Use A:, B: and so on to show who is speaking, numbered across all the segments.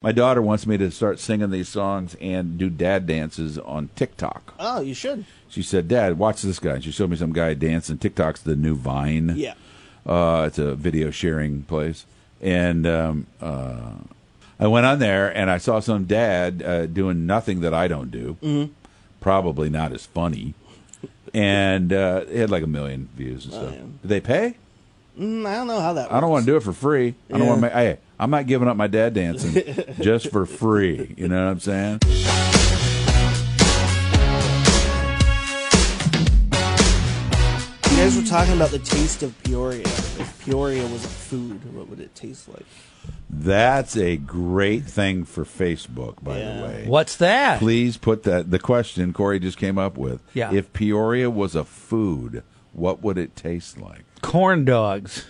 A: My daughter wants me to start singing these songs and do dad dances on TikTok.
B: Oh, you should.
A: She said, "Dad, watch this guy." And she showed me some guy dancing. TikTok's the new Vine.
B: Yeah.
A: Uh, it's a video sharing place, and um, uh, I went on there and I saw some dad uh, doing nothing that I don't do.
B: Mm-hmm.
A: Probably not as funny, and uh, it had like a million views and stuff.
B: Oh, yeah.
A: Did they pay?
B: Mm, I don't know how that.
A: I don't want
B: works.
A: to do it for free. I don't
B: Yeah.
A: want to. Make, hey, I'm not giving up my dad dancing just for free. You know what I'm saying?
B: You guys were talking about the taste of Peoria. If Peoria was a food, what would it taste like?
A: That's a great thing for Facebook, by the
B: Yeah.
A: way.
C: What's that?
A: Please put that the question Corey just came up with.
C: Yeah.
A: If Peoria was a food, what would it taste like?
C: Corn dogs.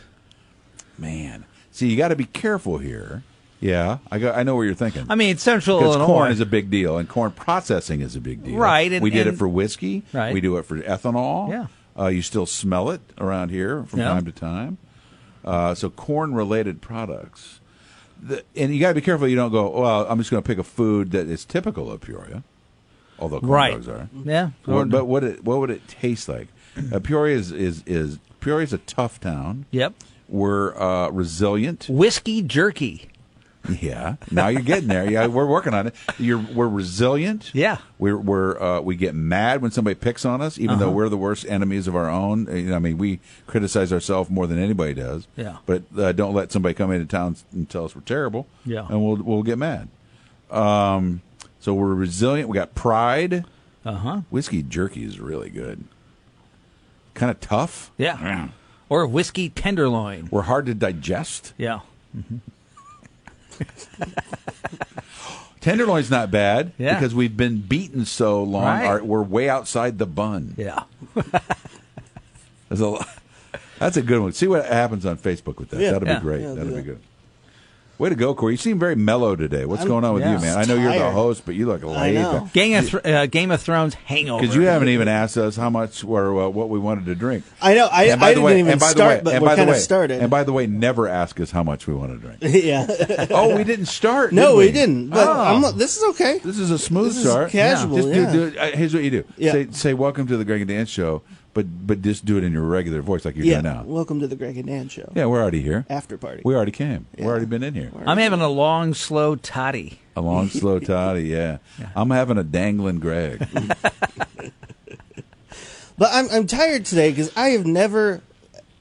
A: Man, see, you got to be careful here. Yeah, I got. I know where you're thinking.
C: I mean, Central
A: Because
C: Illinois.
A: corn is a big deal, and corn processing is a big deal.
C: Right, and-
A: we did
C: and-
A: it for whiskey.
C: Right.
A: We do it for ethanol.
C: Yeah.
A: Uh, you still smell it around here from
C: Yeah.
A: time to time. Uh, so corn-related products, the, and you got to be careful. You don't go. Well, I'm just going to pick a food that is typical of Peoria, although corn
C: right. Mm-hmm.
A: dogs are.
C: Yeah.
A: What, but what it, what would it taste like? Uh, Peoria is is is Peoria's a tough town.
C: yep.
A: We're uh, resilient.
C: Whiskey jerky.
A: Yeah. Now you're getting there. Yeah, we're working on it. You're we're resilient.
C: Yeah.
A: We're we're uh, we get mad when somebody picks on us, even
C: Uh-huh.
A: though we're the worst enemies of our own. Uh, you know, I mean, we criticize ourselves more than anybody does.
C: Yeah.
A: But uh, don't let somebody come into town and tell us we're terrible.
C: Yeah.
A: And we'll we'll get mad. Um. So we're resilient. We got pride.
C: Uh huh.
A: Whiskey jerky is really good. Kind of tough.
C: Yeah. Or whiskey tenderloin.
A: We're hard to digest.
C: Yeah.
A: Tenderloin's not bad
C: Yeah.
A: because we've been beaten so long.
C: Right.
A: Our, we're way outside the bun.
C: Yeah.
A: There's a, lo- that's a good one. See what happens on Facebook with that.
B: Yeah.
A: That'll
C: Yeah.
A: be great.
B: Yeah, do
A: That'll be
B: that.
A: good. Way to go, Corey. You seem very mellow today. What's
B: I'm-
A: going on with
C: yeah.
A: you, man? I know you're the
B: Tired.
A: host, but you look laid
B: know.
A: back.
C: Game of, Thr uh, Game of Thrones hangover.
A: Because you haven't even asked us how much or uh, what we wanted to drink.
B: I know. I,
A: and by
B: I
A: the
B: didn't
A: way,
B: even
A: and by the
B: start,
A: way,
B: but
A: and
B: we're
A: by the
B: kind of
A: way-
B: started.
A: And by the way, never ask us how much we want to drink.
B: yeah.
A: oh, we didn't start.
B: no,
A: did
B: we didn't. But
A: Oh.
B: I'm, this is okay.
A: This is a smooth
B: This is
A: start.
B: casual,
A: Just do-
B: yeah.
A: do it- uh, here's what you do.
B: Yeah.
A: Say, say, "Welcome to the Greg and Dan Show," but but just do it in your regular voice, like you're
B: Yeah.
A: doing now.
B: Welcome to the Greg and Dan show.
A: yeah, we're already here.
B: After party.
A: We already came. We're already been in here.
C: I'm having a long, slow toddy.
A: A long, slow toddy. Yeah. I'm having a dangling Greg.
B: But I'm I'm tired today because I have never,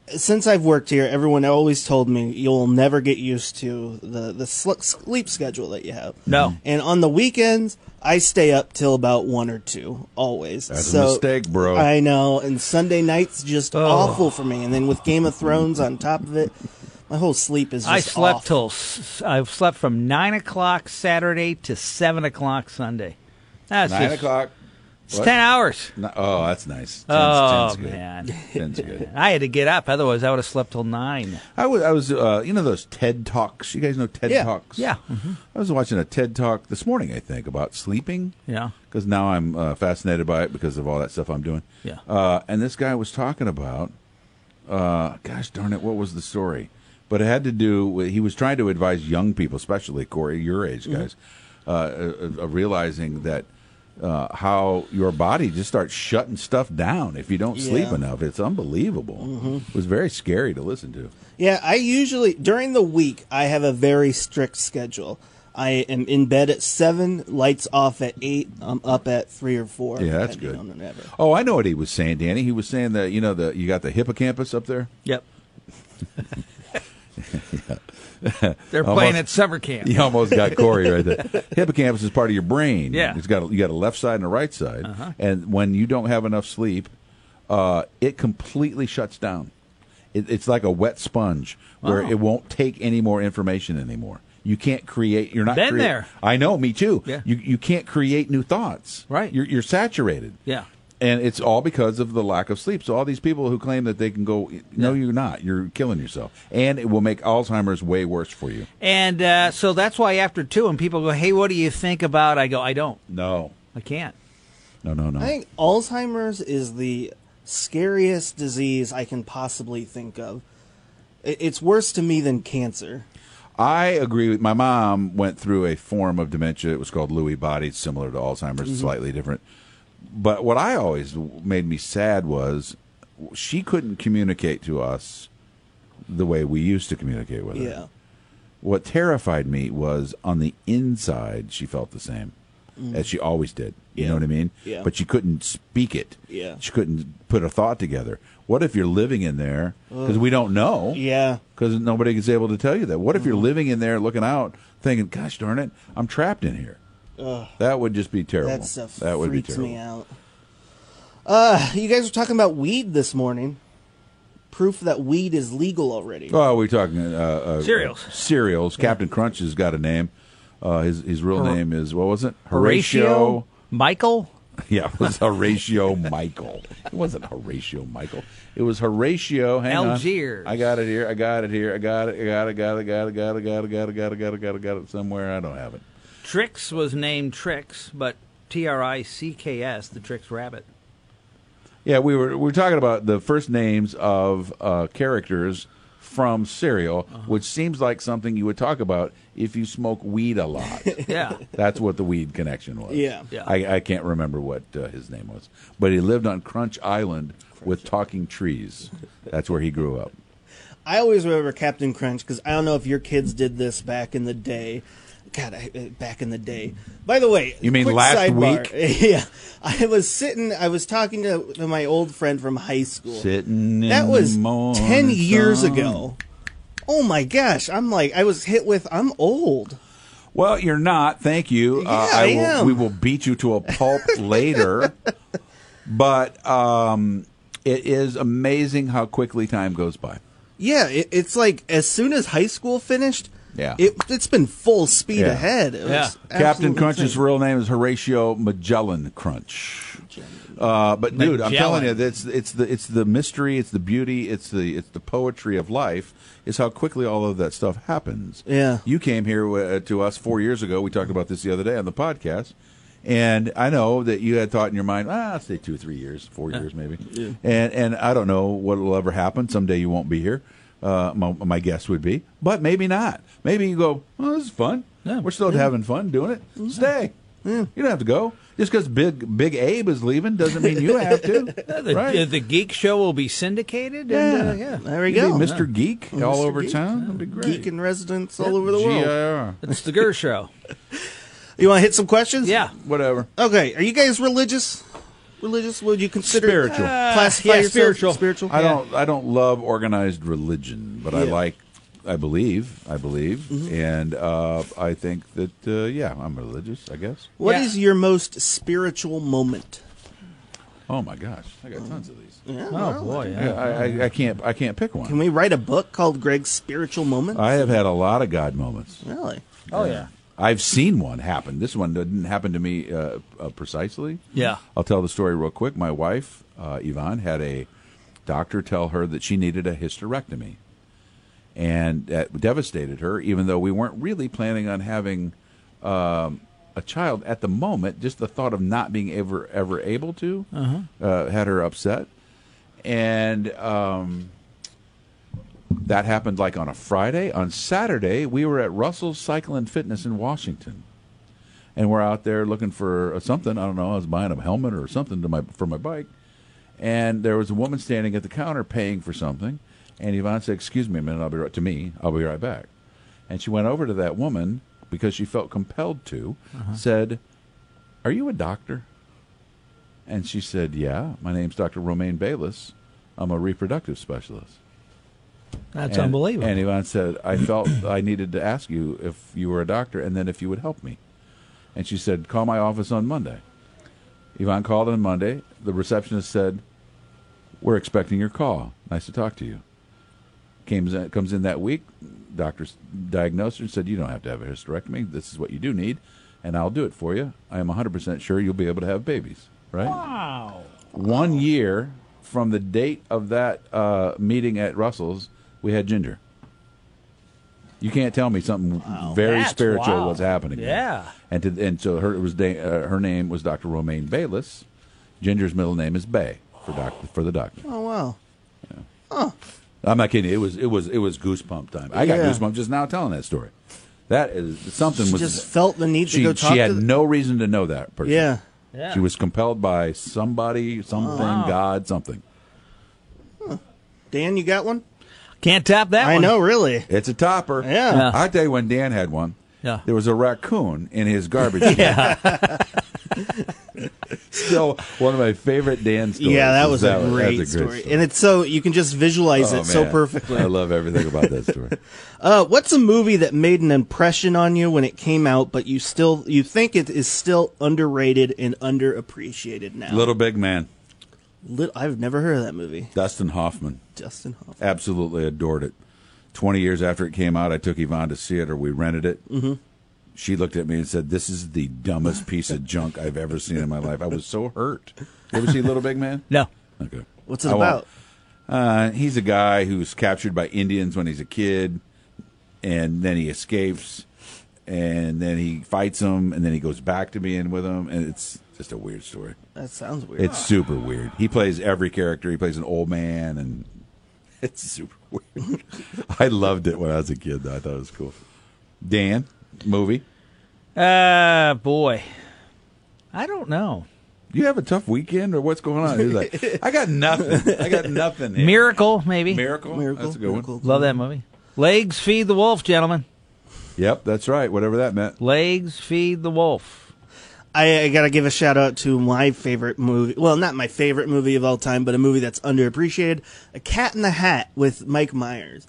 B: since I've worked here, everyone always told me you'll never get used to the the sl- sleep schedule that you have.
C: No.
B: And on the weekends, I stay up till about one or two always.
A: That's a
B: so,
A: mistake, bro.
B: I know. And Sunday nights just awful for me. And then with Game of Thrones on top of it, my whole sleep is. Just
C: I slept
B: off.
C: till s- I've slept from nine o'clock Saturday to seven o'clock Sunday. That's
A: Nine
C: just-
A: o'clock.
C: It's
A: What?
C: ten hours.
A: No- oh, that's nice. Ten's,
C: Oh
A: ten's good.
C: man,
A: Ten's good.
C: I had to get up, otherwise I would have slept till nine.
A: I was, I was, uh, you know those TED talks. You guys know TED
B: Yeah.
A: talks. Mm-hmm.
C: Yeah.
A: I was watching a TED talk this morning. I think about sleeping.
C: Yeah.
A: Because now I'm uh, fascinated by it because of all that stuff I'm doing.
C: Yeah.
A: Uh, and this guy was talking about, uh, gosh darn it, what was the story? But it had to do with he was trying to advise young people, especially Corey, your age guys, uh, uh, uh, realizing that uh, how your body just starts shutting stuff down if you don't sleep
B: Yeah.
A: enough. It's unbelievable. It was very scary to listen to.
B: Yeah, I usually during the week I have a very strict schedule. I am in bed at seven, lights off at eight. I'm up at three or four.
A: Yeah, that's
B: depending
A: good.
B: on whatever.
A: Oh, I know what he was saying, Danny. He was saying that you know the you got the hippocampus up there.
C: Yep. They're
A: Almost-
C: playing at summer camp.
A: You almost got Corey right there. Hippocampus is part of your brain.
C: Yeah. Uh-huh.
A: it's got a, you got a left side and a right side, and when you don't have enough sleep, uh, it completely shuts down. It, it's like a wet sponge where
C: Wow.
A: it won't take any more information anymore. You can't create. You're not
C: Been
A: create-
C: there.
A: I know. Me too.
C: Yeah.
A: You you can't create new thoughts.
C: Right.
A: You're, you're saturated.
C: Yeah.
A: And it's all because of the lack of sleep. So all these people who claim that they can go, no, you're not. You're killing yourself, and it will make Alzheimer's way worse for you.
C: And uh, so that's why after two, and people go, "Hey, what do you think about?" I go, "I don't.
A: No.
C: I can't."
A: No, no, no.
B: I think Alzheimer's is the scariest disease I can possibly think of. I- It's worse to me than cancer.
A: I agree with my mom went through a form of dementia. It was called Lewy body, It's similar to
B: Mm-hmm.
A: Alzheimer's, slightly different. But what I always made me sad was she couldn't communicate to us the way we used to communicate with her.
B: Yeah.
A: What terrified me was on the inside she felt the same as she always did. You know what I mean?
B: Mm. Yeah.
A: But she couldn't speak it.
B: Yeah.
A: She couldn't put a thought together. What if you're living in there? Because we don't know
B: Yeah.
A: because nobody is able to tell you that. What if you're
B: Mm-hmm.
A: living in there, looking out, thinking, "Gosh darn it, I'm trapped in here." that would just be terrible.
B: That stuff
A: that would be
B: freaks
A: terrible.
B: me out. Uh, you guys were talking about weed this morning. Proof that weed is legal already.
A: Oh, we're talking uh, uh,
C: Cereals.
A: uh, cereals. Captain Crunch has got a name. Uh, his his real
C: Hor-
A: name is what was it?
C: Michael.
A: Yeah, it was Horatio Michael. It wasn't Horatio Michael. It was Horatio. Hang
C: Algiers.
A: on. I got it here. I got it here. I got it. I got it. Got it. Got it. Got it. Got it. Got it. Got it. Got it. Got it. Got it. Somewhere. I don't have it.
C: Trix was named Trix, but T R I C K S, the Trix rabbit.
A: Yeah, we were we were talking about the first names of uh, characters from cereal,
B: Uh-huh.
A: which seems like something you would talk about if you smoke weed a lot.
C: Yeah.
A: That's what the weed connection was.
B: Yeah.
C: Yeah.
A: I, I can't remember what uh, his name was, but he lived on Crunch Island with talking trees. That's where he grew up.
B: I always remember Captain Crunch because I don't know if your kids did this back in the day. God, I, uh, back in the day. By the way,
A: You mean
B: quick
A: last
B: sidebar. yeah, I was sitting. I was talking to, to my old friend from high school.
A: Sitting in
B: that was
A: the morning
B: ten years
A: sun.
B: ago. Oh my gosh! I'm like, I was hit with. I'm old.
A: Well, you're not. Thank you. Uh,
B: Yeah, I
A: will,
B: am.
A: We will beat you to a pulp later. But um, it is amazing how quickly time goes by.
B: Yeah, it, it's like as soon as high school finished.
A: Yeah.
B: it, it's been full speed
A: Yeah.
B: ahead. It was
C: Yeah.
A: Captain
B: absolutely
A: Crunch's
B: insane.
A: real name is Horatio Magellan Crunch. Uh, but dude, I'm
C: Magellan.
A: telling you, it's it's the it's the mystery, it's the beauty, it's the it's the poetry of life. Is how quickly all of that stuff happens.
B: Yeah.
A: you came here uh, to us four years ago. We talked about this the other day on the podcast, and I know that you had thought in your mind, ah, I'll say two, three years, four years maybe, and and I don't know what will ever happen. Someday you won't be here. Uh, my, my guess would be, but maybe not. Maybe you go, well, this is fun.
C: Yeah. Mm-hmm.
A: We're still having fun doing it. Stay. You don't have to go. Just because Big Big Abe is leaving doesn't mean you have to.
C: The,
A: right?
C: uh, the Geek Show will be syndicated. And, uh, yeah.
B: There we
A: You could
B: go.
A: be Mr. Geek all
B: Mr.
A: over
B: Geek.
A: town. That'd be great.
B: Geek in residence all over the world.
A: GIR.
C: It's the Gur Show.
B: You want to hit some questions?
C: Yeah.
A: Whatever.
B: Okay. Are you guys religious? Religious? Would you consider
A: Spiritual.
C: Uh,
B: Classify
C: yeah,
B: yourself
C: spiritual.
B: Spiritual.
A: I don't I don't love organized religion, but I
B: Yeah. Mm-hmm.
A: like I believe I believe, and uh, I think that uh, yeah, I'm religious. I guess.
B: What
C: Yeah.
B: is your most spiritual moment?
A: Oh my gosh, I got tons of these.
B: Yeah,
C: Oh,
B: well,
C: boy.
A: I, I, I can't I can't pick
B: Can
A: one.
B: we write a book called Greg's Spiritual Moments?
A: I have had a lot of God moments.
B: really?
C: Oh, yeah.
A: I've seen one happen. This one didn't happen to me uh, uh, precisely.
C: Yeah.
A: I'll tell the story real quick. My wife, uh, Yvonne, had a doctor tell her that she needed a hysterectomy. And that devastated her, even though we weren't really planning on having um, a child at the moment. Just the thought of not being ever, ever able to uh, had her upset. And um, that happened like on a Friday. On Saturday, we were at Russell's Cycle and Fitness in Washington and we're out there looking for something. I don't know. I was buying a helmet or something to my for my bike, and there was a woman standing at the counter paying for something. And Yvonne said, "Excuse me a minute. I'll be right to me. I'll be right back." And she went over to that woman because she felt compelled to. Said, "Are you a doctor?" And she said, "Yeah. My name's Dr. Romaine Bayless. I'm a reproductive specialist."
C: That's
A: And-
C: unbelievable.
A: And Yvonne said, I felt I needed to ask you if you were a doctor and then if you would help me. And she said, Call my office on Monday. Yvonne called on Monday. The receptionist said, We're expecting your call. Nice to talk to you. Came, comes in that week. Doctor diagnosed her and said, You don't have to have a hysterectomy. This is what you do need, and I'll do it for you. I am 100% sure you'll be able to have babies, right?
C: wow.
A: One year from the date of that uh, meeting at Russell's, we had ginger. You can't tell me something very
C: That's
A: spiritual
C: wild.
A: was happening.
C: Yeah.
A: and to, and so her it was da- uh, her name was Dr. Romaine Bayless. Ginger's middle name is Bay for doc for the doctor.
B: Oh wow.
A: I'm not kidding. you. It was it was it was goosebump time. I got
B: Yeah.
A: goosebumps just now telling that story. That is something
B: She
A: was
B: just felt the need
A: she,
B: to go talk
A: she had
B: to. The,
A: no reason to know that person.
B: yeah,
C: Yeah.
A: She was compelled by somebody, something, God, something.
B: Dan, you got one?
C: Can't top that
B: I
C: one.
B: know, really.
A: It's a topper.
B: Yeah. Yeah.
A: I tell you when Dan had one.
C: Yeah.
A: There was a raccoon in his garbage. yeah. Still one of my favorite Dan stories.
B: Yeah, that
A: is
B: was a,
A: one. That's
B: great story. and it's so you can just visualize
A: Oh,
B: it so
A: man.
B: perfectly.
A: I love everything about that story.
B: Uh, what's a movie that made an impression on you when it came out, but you still you think it is still underrated and underappreciated now?
A: Little Big Man,
B: Lit- I've never heard of that movie.
A: Dustin Hoffman.
B: Justin Hoffman.
A: absolutely adored it. 20 years after it came out, I took Yvonne to see it, or we rented it. Mm-hmm. She looked at me and said, This is the dumbest piece of junk I've ever seen in my life. I was so hurt. You ever see Little Big Man?
C: No.
A: Okay.
B: What's it
A: I won't.
B: about?
A: Uh, he's a guy who's captured by Indians when he's a kid, and then he escapes, and then he fights them, and then he goes back to being with them, and it's just a weird story.
B: That sounds weird.
A: It's super weird. He plays every character. He plays an old man, and it's super weird. I loved it when I was a kid. Though. I thought it was cool. Dan, movie.
C: Uh, boy. I don't know.
A: You have a tough weekend, or what's going on? He's like, I got nothing. I got nothing. here."
C: Miracle, maybe.
A: miracle,
B: miracle.
A: That's a good
B: miracle.
A: one.
C: Love that movie. Legs feed the wolf, gentlemen.
A: Yep, that's right. Whatever that meant.
C: Legs feed the wolf.
B: I, I gotta give a shout out to my favorite movie. Well, not my favorite movie of all time, but a movie that's underappreciated. A Cat in the Hat with Mike Myers.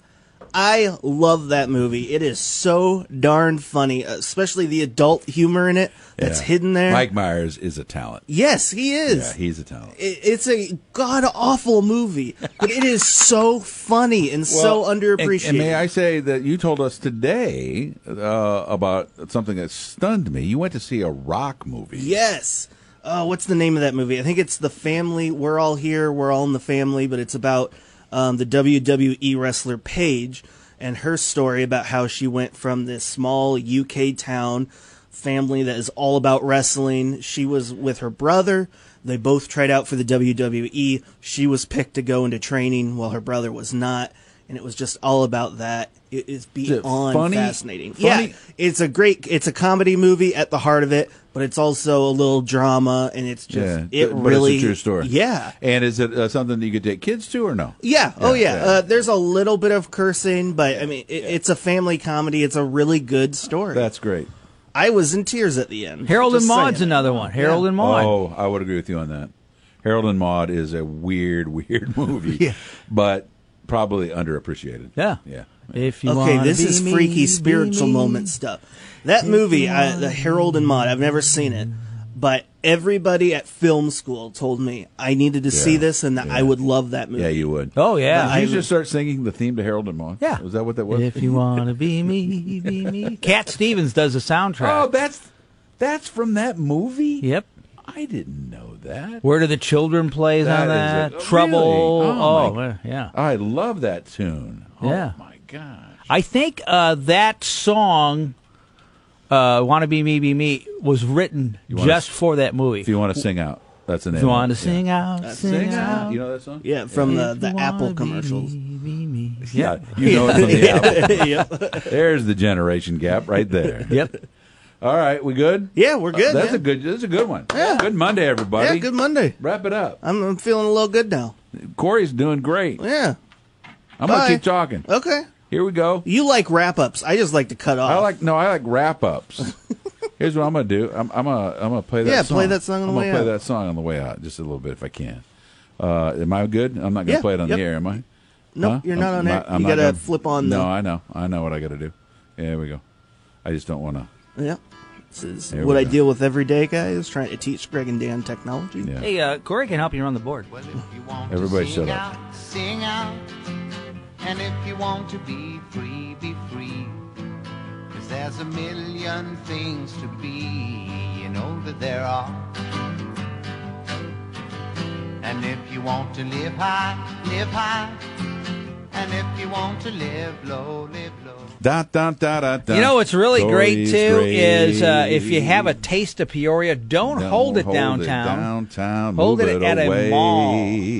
B: I love that movie. It is so darn funny, especially the adult humor in it that's
A: Yeah.
B: hidden there.
A: Mike Myers is a talent.
B: yes, he is.
A: Yeah, he's a talent.
B: It- it's a god awful movie, but it is so funny and so
A: Well,
B: underappreciated.
A: And, and may I say that you told us today uh, about something that stunned me. You went to see a rock movie.
B: Yes. Uh, what's the name of that movie? I think it's The Family. We're all here. We're all in the family. But it's about um, the WWE wrestler Paige and her story about how she went from this small UK town family that is all about wrestling. She was with her brother. They both tried out for the WWE. She was picked to go into training while her brother was not. And it was just all about that. It is
A: it
B: beyond
A: funny?
B: fascinating.
A: Funny?
B: Yeah, it's a great it's a comedy movie at the heart of it but it's also a little drama and it's just
A: Yeah,
B: it
A: but
B: really
A: it's a true story.
B: yeah
A: And is it uh, something that you could take kids to or no?
B: yeah. Oh, yeah.
A: yeah.
B: Uh, there's a little bit of cursing, but I mean, it, it's a family comedy. It's a really good story.
A: That's great.
B: I was in tears at the end.
C: Harold
B: Just
C: and Maude's
B: saying.
C: another one. Harold and Maude.
A: Oh, I would agree with you on that. Harold and Maude is a weird, weird movie, but probably underappreciated.
C: Yeah.
A: yeah.
C: If you
B: Okay,
C: wanna
B: this
C: be
B: is
C: me,
B: freaky
C: be
B: spiritual
C: me.
B: moment stuff. That movie, I, the Harold and Maude, I've never seen it, but everybody at film school told me I needed to see
A: Yeah,
B: this and that I
A: yeah.
B: would love that movie.
A: Yeah, you would.
C: Oh yeah.
A: Did you just start singing the theme to Harold and Maude?
C: Yeah.
A: Was that what that was?
C: If you want to be me, be me. Cat Stevens does the soundtrack.
A: oh, that's that's from that movie.
C: Yep.
A: I didn't know that.
C: Where do the children plays on
A: That
C: that?
A: is a-
C: Trouble.
A: Really? Oh,
C: Oh,
A: my-
C: uh, yeah.
A: I love that tune. Oh
C: Yeah.
A: my gosh.
C: I think uh, that song, uh, "Want to Be Me, Be Me," was written
A: wanna
C: just
A: s-
C: for that movie.
A: If you want to sing out, that's the name.
C: If you want to
A: of it.
C: sing out,
A: Yeah.
C: sing, out.
A: You know that song?
B: Yeah, from
C: If
B: the,
C: you
B: the
C: wanna
B: Apple
C: be
B: commercials.
C: me, be me.
A: Yeah, you know it from the album.
B: Yep.
A: There's the generation gap right there.
C: Yep.
A: All right, we good? Uh,
B: Yeah, we're good.
A: That's
B: man.
A: a good. That's a good one. Good Monday, everybody.
B: Yeah, good Monday.
A: Wrap it up.
B: I'm, I'm feeling a little good now.
A: Corey's doing great.
B: Yeah.
A: I'm gonna
B: bye. Uh,
A: keep talking.
B: Okay.
A: Here we go.
B: You like wrap ups. I just like to cut off.
A: I like no. I like wrap ups. Here's what I'm gonna do. I'm I'm gonna I'm gonna play that.
B: Yeah,
A: song.
B: play that song on the
A: I'm gonna
B: way
A: play
B: out.
A: that song on the way out just a little bit if I can. Uh, am I good? I'm not gonna
B: Yeah,
A: play it on
B: yep.
A: the air, am I?
B: Nope,
A: Huh?
B: you're not
A: I'm
B: on air.
A: I'm
B: you gotta
A: gonna-
B: flip on
A: No,
B: the.
A: I know. I know what I gotta do. There we go. I just don't want to.
B: Yeah. This is
A: There
B: what
A: we
B: I
A: go.
B: deal with every day, guys, trying to teach Greg and Dan technology.
A: Yeah.
C: Hey, uh, Corey can help you run the board.
D: Well, if you want
A: Everybody
D: to
A: shut
D: sing
A: up.
D: out, sing out. And if you want to be free, be free. 'Cause there's a million things to be, you know that there are. And if you want to live high, live high. And if you want to live low, live low.
A: Da, da, da, da, da.
C: You know what's really great
A: Corey's
C: too is uh, if you have a
A: great.
C: taste of Peoria, don't, hold it downtown.
A: downtown.
C: Hold
A: move
C: it at a
A: away.
C: mall.